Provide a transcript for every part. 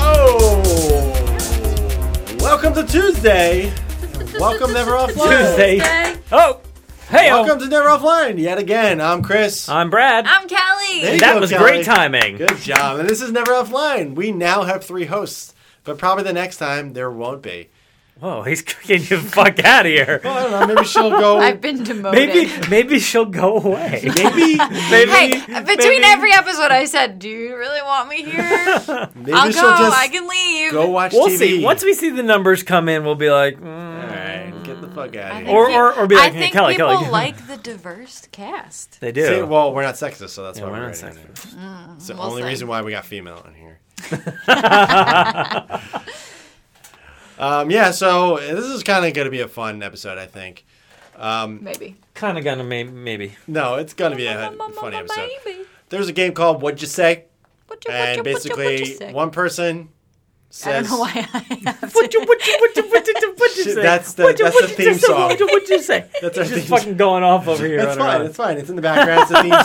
Oh! Welcome to Tuesday. Welcome Never Offline. Tuesday. Oh, hey, Welcome to Never Offline yet again. I'm Chris. I'm Brad. I'm Kelly. There you that go, was Kelly. great timing. Good job. And this is Never Offline. We now have three hosts, but probably the next time there won't be. Whoa, he's kicking you the fuck out of here. Well, I don't know. Maybe she'll go. I've been demoted. Maybe, maybe she'll go away. maybe Maybe, Hey, between maybe- every episode, I said, "Do you really want me here? maybe I'll she'll go. just I can leave." go watch we'll TV. see. Once we see the numbers come in, we'll be like, mm. All right, get the fuck out of I think here. Or- you- or- or be I like, "Hey, think Kelly, people Kelly." like the diverse cast. they do. See, well, we're not sexist, so that's Yeah, why we're we're, not in here. sexist. It's the Mm, Well only said. reason why we got female in here. um, yeah, so this is kind of going to be a fun episode, I think. Um, Maybe. kind of gonna maybe. maybe. no, it's going to be a funny episode. There's a game called What'd You Say? And basically, one person I don't says, know why I have What you to. what you what you what you what you Shit, say? that's the- What you- that's what the you theme say? song. What you what you say? That's our He's just theme fucking going off over here. It's on our fine. own. It's fine. It's in the background. It's a theme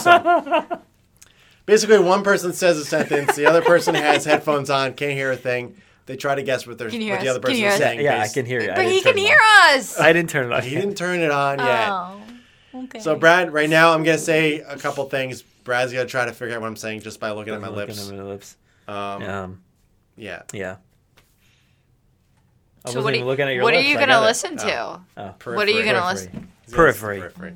song. Basically, one person says a sentence, the other person has headphones on, can't hear a thing. They try to guess what they're Can you what hear the us? other Can person you is hear us? saying. Yeah, I based- can hear you. I But didn't he turn can it hear on. us. I didn't turn it on. He didn't turn it on yet. Oh, okay. So, Brad, right now I'm gonna say a couple things. Brad's gonna try to figure out what I'm saying just by looking at my Looking lips. at my lips. Um, yeah. Um, Yeah. I what wasn't are even you- looking at your What are lips, you I gonna got it. listen to? Oh. What are Periphery. you gonna listen? He's gonna listen to Periphery. Periphery.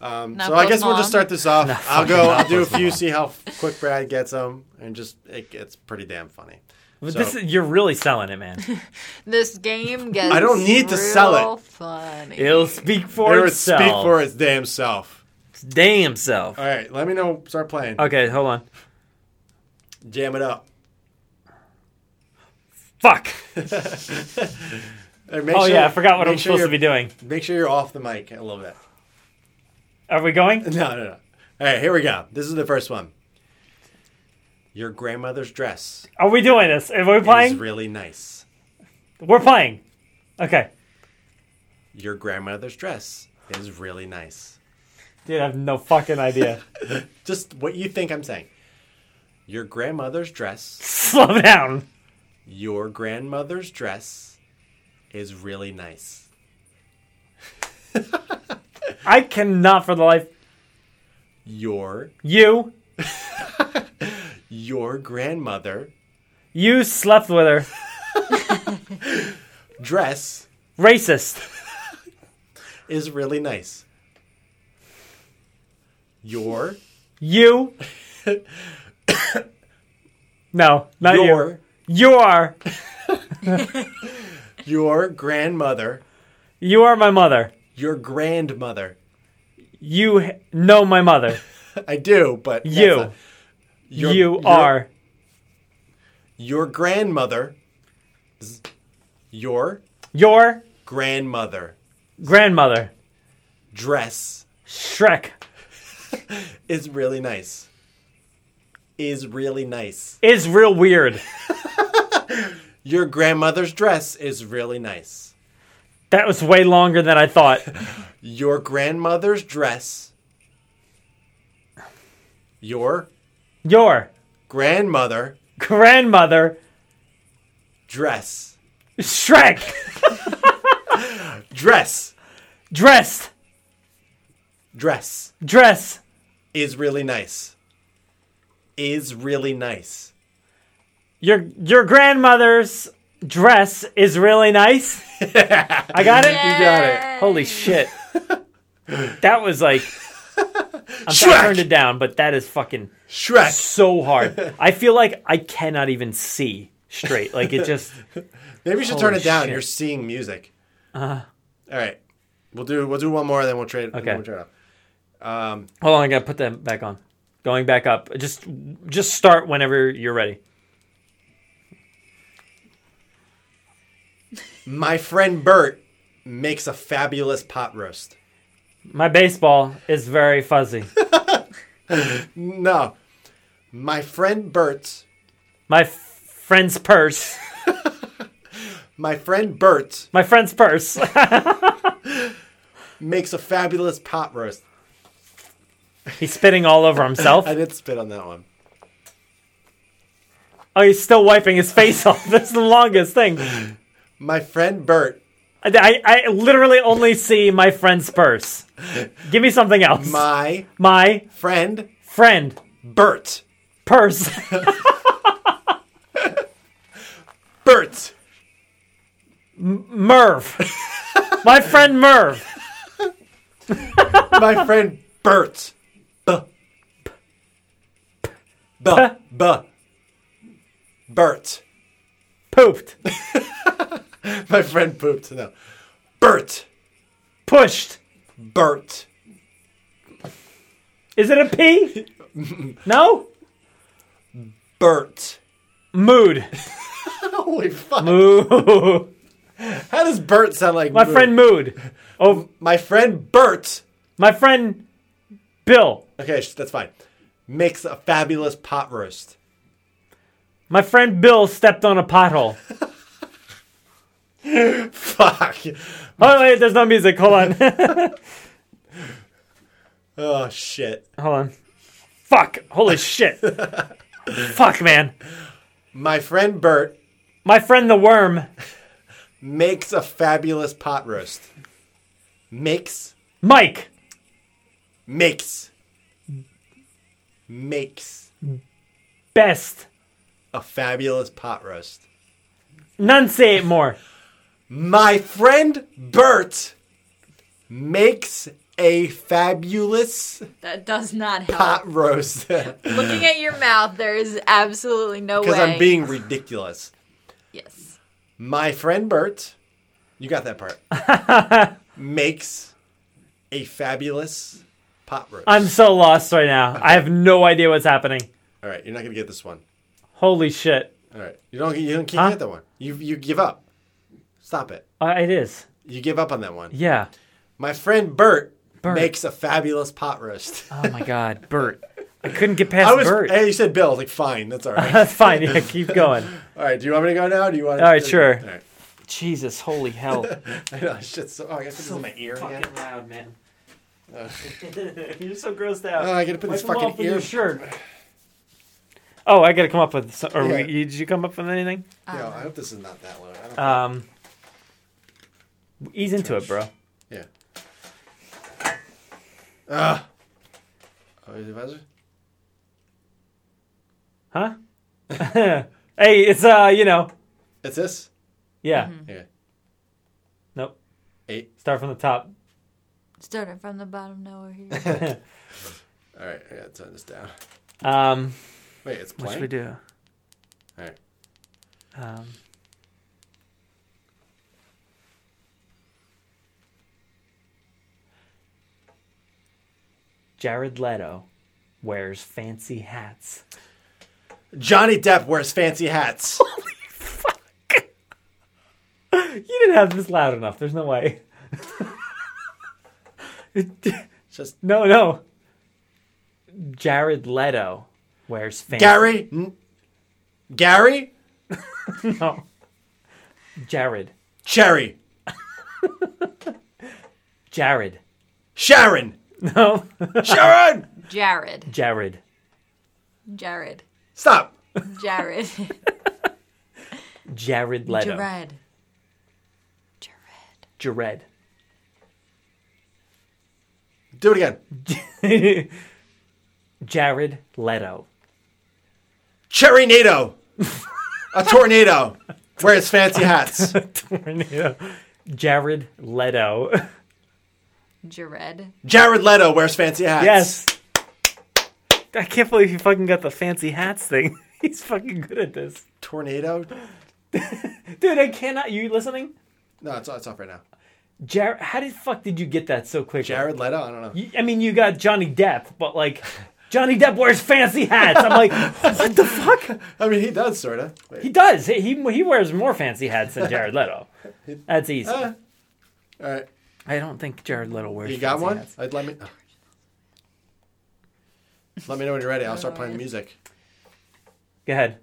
Um, Not so I both guess we'll mom. just start this off. Not I'll fucking go. not I'll do a both few, mom. see how quick Brad gets them, and just it, it's pretty damn funny. But So- this is, you're really selling it, man. This game gets. I don't need to sell it. real Funny. It'll speak for It would itself. speak for its damn self. Damn self. All right, let me know. Start playing. Okay, hold on. Jam it up. Fuck. And make oh sure- yeah, I forgot what make I'm sure supposed to you're- be doing. Make sure you're off the mic a little bit. Are we going? No, no, no. All right, here we go. This is the first one. Your grandmother's dress Are we doing this? Are we is playing? really nice. We're playing. Okay. Your grandmother's dress is really nice. Dude, I have no fucking idea. Just what you think I'm saying. Your grandmother's dress, Slow down. your grandmother's dress is really nice. I cannot for the life. Your You. your grandmother You slept with her. dress Racist. is really nice. Your You. No, not your you. You are. your grandmother, You are my mother. your grandmother. You h- know my mother. I do, but that's You. not- your- you your- are. your grandmother. z- Your Your grandmother grandmother. dress Shrek is really nice. Is really nice. is real weird. Your grandmother's dress is really nice. That was way longer than I thought. Your grandmother's dress. Your Your grandmother grandmother. dress Shrek dress dressed. dress Dress. is really nice. Is really nice. Your your grandmother's dress is really nice. I got it. You got it. Holy shit. That was like. I'm sorry I Shrek. turned it down, but that is fucking Shrek. so hard. I feel like I cannot even see straight. Like it just. Maybe you should turn Holy it down. shit. Uh-huh. You're seeing music. Uh, All right. We'll do we'll do one more then we'll trade okay. Okay. we'll trade off. Um Hold on, I gotta put them back on. Going back up. Just just start whenever you're ready. my friend Bert makes a fabulous pot roast. My baseball is very fuzzy. No. My friend Bert My f- friend's purse. my friend Bert My friend's purse. makes a fabulous pot roast. he's spitting all over himself. I did spit on that one. Oh, he's still wiping his face off. That's the longest thing. My friend Bert, I, I literally only see my friend's purse. Give me something else. my My friend friend Bert, purse. Bert, Merv. my friend Merv. my friend Bert, b, b, b, Bert. Pooped. My friend pooped. No, Bert, Pushed. Bert, Is it a P? No? Bert. Mood. Holy fuck! Ooh. How does Bert sound like My Bert? friend Mood. Oh, My friend Bert. my friend Bill. Okay, sh- that's fine. Makes a fabulous pot roast. My friend Bill stepped on a pothole. Fuck. Oh, wait, there's no music. Hold on. Oh shit. Hold on. Fuck. Holy shit. Fuck, man. My friend Bert My friend the worm. makes a fabulous pot roast. Makes, Mike. makes, makes Best. a fabulous pot roast. Enunciate more. My friend Bert makes a fabulous That does not help. pot roast. Because Looking at your mouth, there is absolutely no way. I'm being ridiculous. Yes. My friend Bert, you got that part, makes a fabulous pot roast. I'm so lost right now. I have no idea what's happening. All right, you're not gonna get this one. Holy shit. All right, you don't you don't, can't Huh? get that one. You you give up. Stop it. Uh, it is. You give up on that one. Yeah. My friend Bert, Bert. makes a fabulous pot roast. Oh my god, Bert. I couldn't get past I was. Bert. Hey, you said Bill. I was like, fine, that's all right. That's fine. Yeah, keep going. all right, do you want me to go now? Or do you want? All right, sure. All right. Jesus, holy hell. I know. Shit. So, oh, I got to put this in my ear again. Fucking loud, man. You're so grossed out. Oh, I gotta put Wipe this them off fucking with ear. your shirt. Oh, I gotta come up with. Some, or Yeah. we- you- did you come up with anything? Yeah, I hope this is not that one. I don't, Um, ease into it, bro. yeah. Ah. Uh, oh, is it buzzer? Huh? hey, it's uh, you know, It's this. yeah. Yeah. Nope. Eight. Start from the top. Starting from the bottom, now we're here. All right, I gotta turn this down. Um, Wait, it's playing. what should we do? All right. Um, Jared Leto wears fancy hats. Johnny Depp wears fancy hats. You didn't have this loud enough. There's no way. Just No, no. Jared Leto wears fancy. Gary. N- Gary. No. Jared. Cherry. Jared. Sharon. No. Sharon. Jared. Jared. Jared. Stop. Jared. Jared Leto. Jared. Jared. Jared. Do it again. Jared Leto. Cherry NATO. A tornado wears fancy hats. Tornado. Jared Leto. Jared. Jared Leto wears fancy hats. Yes. I can't believe he fucking got the fancy hats thing. He's fucking good at this. Tornado. Dude, I cannot. You listening? No, it's, it's off right now. Jared, how the fuck did you get that so quickly? Jared Leto. I don't know. You- I mean, you got Johnny Depp, but like, Johnny Depp wears fancy hats. I'm like, what the fuck? I mean, he does sort of. He does. He, he he wears more fancy hats than Jared Leto. That's easy. Uh. All right. I don't think Jared Leto wears. You got fancy one? hats. I'd let me. Let me know when you're ready. I'll start playing the music. Go ahead.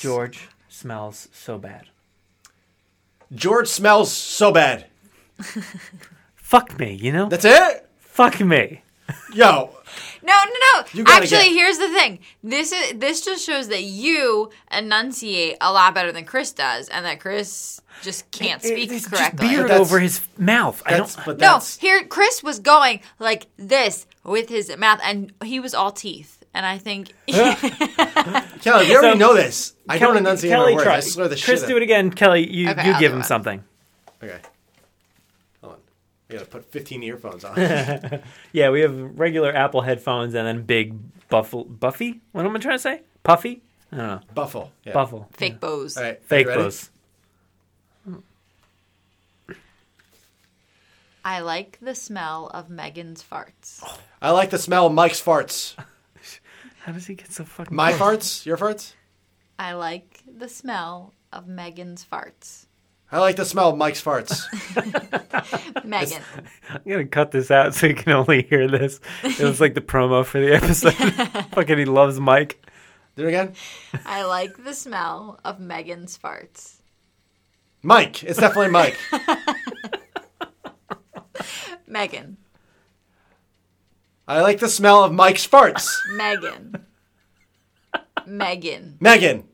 George smells so bad. George smells so bad. Fuck me, you know. That's it? Fuck me. Yo, No, no, no. You gotta Actually, get- here's the thing. This is this just shows that you enunciate a lot better than Chris does, and that Chris just can't speak It's just correctly. beard But over that's- his mouth. I That's, don't. but No, that's here Chris was going like this with his mouth, and he was all teeth. And I think Kelly. We already So- know this. I Kelly- don't enunciate Kelly, my words. try- I slur the Chris, shit. do it again. Kelly, you, Okay, you I'll give do him it. something. Okay. Hold on. I gotta put 15 earphones on. Yeah, we have regular Apple headphones and then big buffle, Buffy? What am I trying to say? Puffy? I don't know. Buffle. Yeah. Buffle. fake bows. All right. you Fake ready? bows. I like the smell of Megan's farts. I like the smell of Mike's farts. How does he get so fucking My close? farts? Your farts? I like the smell of Megan's farts. I like the smell of Mike's farts. Megan. I'm gonna cut this out so you can only hear this. It was like the promo for the episode. Fucking he loves Mike. do it again. I like the smell of Megan's farts. Mike. It's definitely Mike. Megan. I like the smell of Mike's farts. Megan. Megan. Megan.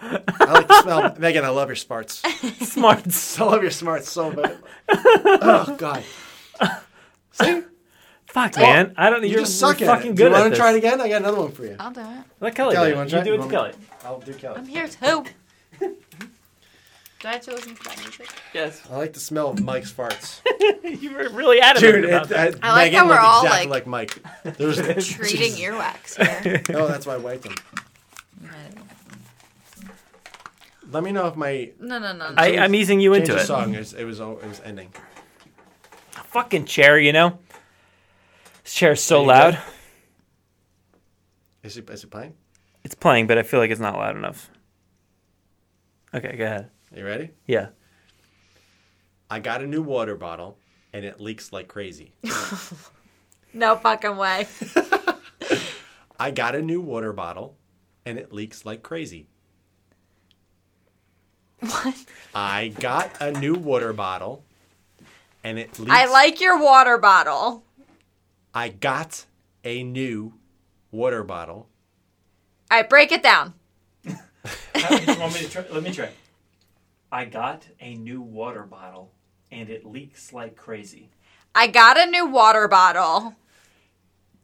I like the smell. Megan, I love your smarts. Smarts. I love your smarts so much. Oh God. See, Fuck man. I don't you you're, just suck you're at fucking it. good you at want to this. try it again? I got another one for you. I'll do it. Let Kelly, Kelly, do you wanna it. try You it? do it You to Kelly. want I'll do Kelly. I'm here too. Do I have to listen to that music? Yes. I like the smell of Mike's farts, you were really adamant dude. It, about that. uh, I like Megan how we're looked all, exactly like, like- Mike. There's Treating earwax here. oh, that's why I wiped them. Let me know if my No, no, no. no. I, I'm easing you change into of it. song is it was o- it was ending. Fucking chair, you know? This chair is so you loud. good? Is it is it playing? It's playing, but I feel like it's not loud enough. Okay, go ahead. Are you ready? Yeah. I got a new water bottle, and it leaks like crazy. no fucking way. I got a new water bottle and it leaks like crazy. What? I got a new water bottle and it leaks. I like your water bottle. I got a new water bottle. All right, break it down. want me to try? Let me try. I got a new water bottle and it leaks like crazy. I got a new water bottle.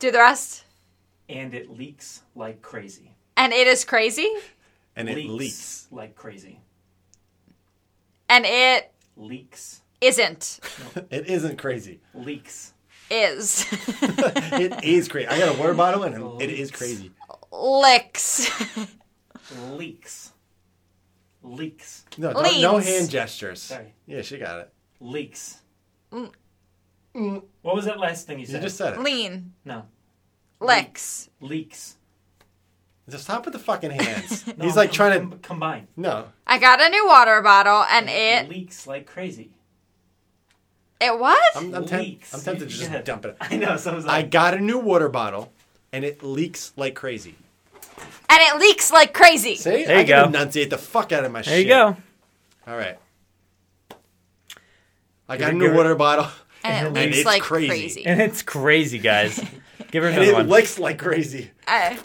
Do the rest. And it leaks like crazy. And it is crazy. And it leaks. like crazy. And it Leaks. isn't. It isn't crazy. Leaks. Is. It is crazy. I got a water bottle and it is crazy. Licks. Leaks. Leaks. No, no, no Leaks. hand gestures. Sorry. Yeah, she got it. Leaks. What was that last thing you You said? just said it. Lean. No. Licks. Leaks. Just stop with the fucking hands. No, He's like com- trying to. com- combine. No. I got a new water bottle and it. leaks like crazy. It what? I'm, I'm, temp- Leaks. I'm tempted to You- just yeah. dump it. I know. So I was I like, got a new water bottle and it leaks like crazy. And it leaks like crazy. See, There I you can go. enunciate the fuck out of my There shit. you go. All right. I got a it new good. water bottle. And it And leaks it's like crazy. crazy. And it's crazy, guys. Give her And another it one. licks like crazy. I-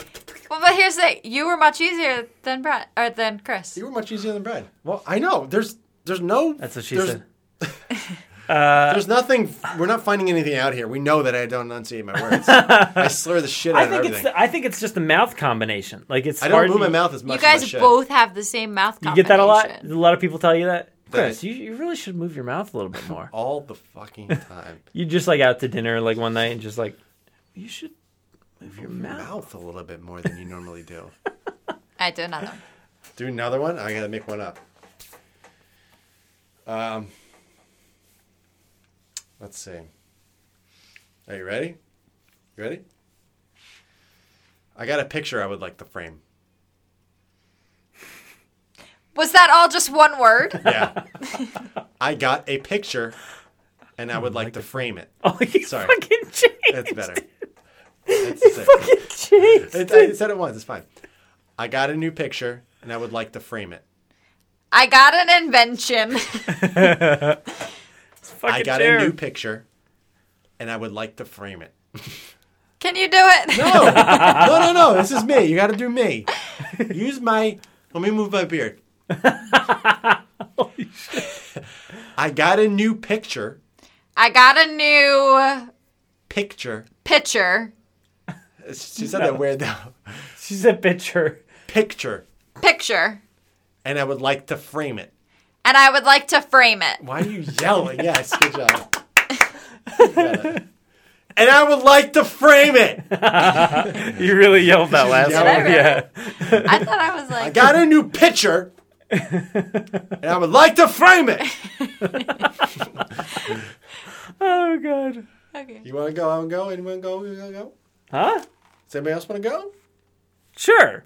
well, but here's the thing. You were much easier than Brett or than Chris. You were much easier than Brad. Well, I know. There's there's no. That's what she there's, said. Uh, There's nothing. We're not finding anything out here. We know that I don't enunciate my words. I slur the shit out I of think it's everything. the, I think it's just the mouth combination. Like it's I don't hard move to- my mouth as You much. as I guys should. both have the same mouth You get that a lot. A combination. lot of people tell you that. Chris, That- you, you really should move your mouth a little bit more. all the fucking time. you just like out to dinner like one night and just like you should move your mouth. mouth a little bit more than you normally do. I do another. one. Do another one. I gotta make one up. Um, let's see. Are you ready? You ready? I got a picture I would like to frame. Was that all just one word? Yeah. I got a picture, and I would like to frame it. Oh, you Sorry. fucking changed. That's better. it. That's the same. You changed It, it. I said it once. It's fine. I got a new picture, and I would like to frame it. I got an invention. Fucking I got chair. a new picture, and I would like to frame it. Can you do it? No, no, no, no. This is me. You got to do me. Use my. Let me move my beard. I got a new picture. I got a new Picture. pitcher. She said that weird though. She's a bitcher. Picture. Picture. And I would like to frame it. And I would like to frame it. Why are you yelling? Yes, good job. You got it. and I would like to frame it. You really yelled that last Did I one. really? Yeah. I thought I was I like, got a new picture, and I would like to frame it. Oh god. okay. You want to go? I want to go. Anyone go? You wanna go? Huh? Does anybody else want to go? Sure.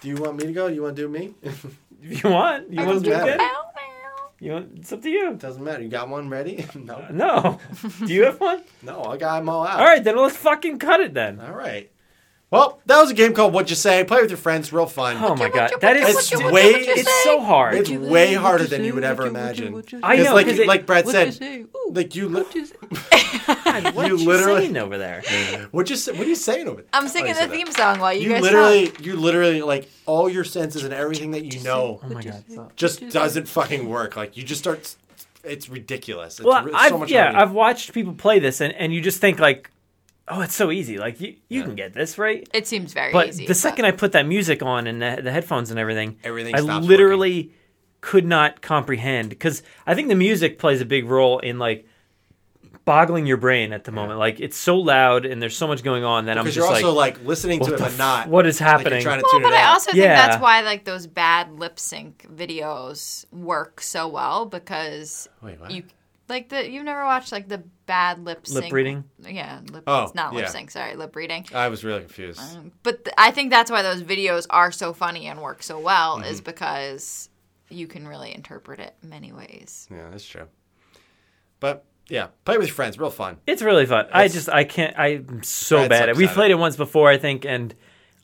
Do you want me to go? You want to do me? If you want, you It want doesn't to do it? matter. again? Bow, bow. You want? It's up to you. Doesn't matter. You got one ready? no, No. Do you have one? no, I got them all out. All right, then let's fucking cut it then. all right. Well, that was a game called What You Say. Play with your friends. Real fun. Oh my you- god, would that you- is would you- st- would you- way- would you it's so hard. It's way harder than you would ever imagine. I know, like, 'cause it- like Brad said, like you, li- what you you literally- saying over there? what you say, what are you saying over there? I'm singing Oh, you the said theme song while that. you, You, guys literally, you literally, like all your senses and everything that you know Oh my god. so- just doesn't fucking work. Like you just start. s- It's ridiculous. It's, Well, re- it's I've, so much yeah, harder. I've watched people play this, and, and you just think like, oh, it's so easy. Like you, you can get this right. It seems very But easy. the second I put that music on and the, the headphones and everything, Everything I stops literally could not comprehend because I think the music plays a big role in like boggling your brain at the moment. Like it's so loud and there's so much going on that I'm because just you're like, also like, listening to what it, the but f- not. what is happening? Like, you're trying to Well, tune but it I out. also think Yeah. that's why like those bad lip sync videos work so well because Wait, what? you like the you've never watched like the bad lip sync reading? Yeah, lip, Oh, it's not yeah. lip sync. Sorry, lip reading. I was really confused. But th- I think that's why those videos are so funny and work so well Mm-hmm. is because you can really interpret it many ways. Yeah, that's true. But yeah, play with your friends, real fun. It's really fun. I just I can't. I'm so Brad's bad. at We upset. played it once before, I think, and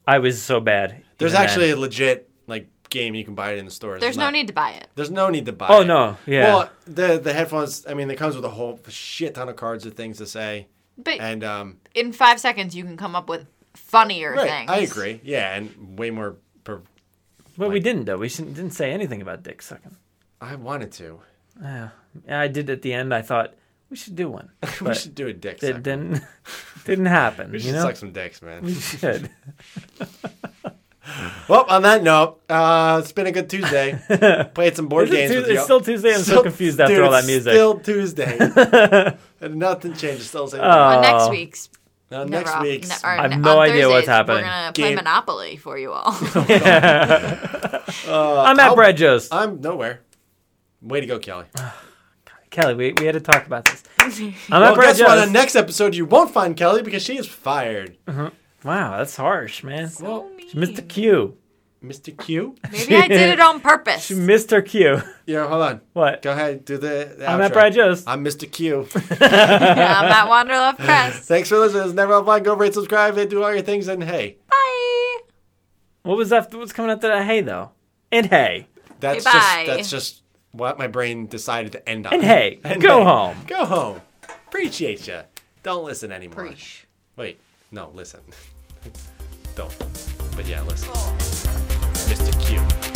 I was so bad. There's even then. actually a legit like game you can buy it in the stores. There's It's no not- need to buy it. There's no need to buy. Oh it. no! Yeah. Well, the the headphones. I mean, it comes with a whole shit ton of cards of things to say, But and um, in five seconds, you can come up with funnier right, things. I agree. Yeah, and way more. Per- but we didn't though. We shouldn't, didn't say anything about dick sucking. I wanted to. Yeah. I did at the end. I thought we should do one. we But should do a dick. It suck. didn't. Didn't happen. We should you know. suck some dicks, man. We should. well, on that note, uh, it's been a good Tuesday. Played some board Is it games. Tu- with it's you. still Tuesday? I'm so Still- confused after dude, all that it's music. Still Tuesday, and nothing changes. Still the same. Oh. On next week's Now, Uh, never next off- week's ne- or I have n- no on idea what's Thursdays, happening. We're gonna play Game- Monopoly for you all. I'm at Uh, I'll- Brad Joe's. I'm nowhere. Way to go, Kelly. Kelly, we, we had to talk about this. I'm well, at Brad guess what? On Joe's. the next episode, you won't find Kelly because she is fired. wow, that's harsh, man. Well, hmm. She missed the cue. Mr. Q. Maybe I did it on purpose. She missed her cue. Yeah, hold on. What? Go ahead, do the. the I'm at outro. Brad Joe's. I'm Mr. Q. Yeah, I'm at Wanderlove Press. Thanks for listening. It's never offline. Go rate, subscribe, and do all your things. And hey, Bye. What was that? What's coming after that? Hey, though. And hey. that's Hey, just bye. that's just what my brain decided to end on. And hey, go home. Go home. Appreciate you. Don't listen anymore. Preach. Wait, no, listen. Don't. But yeah, listen. Mr. Q.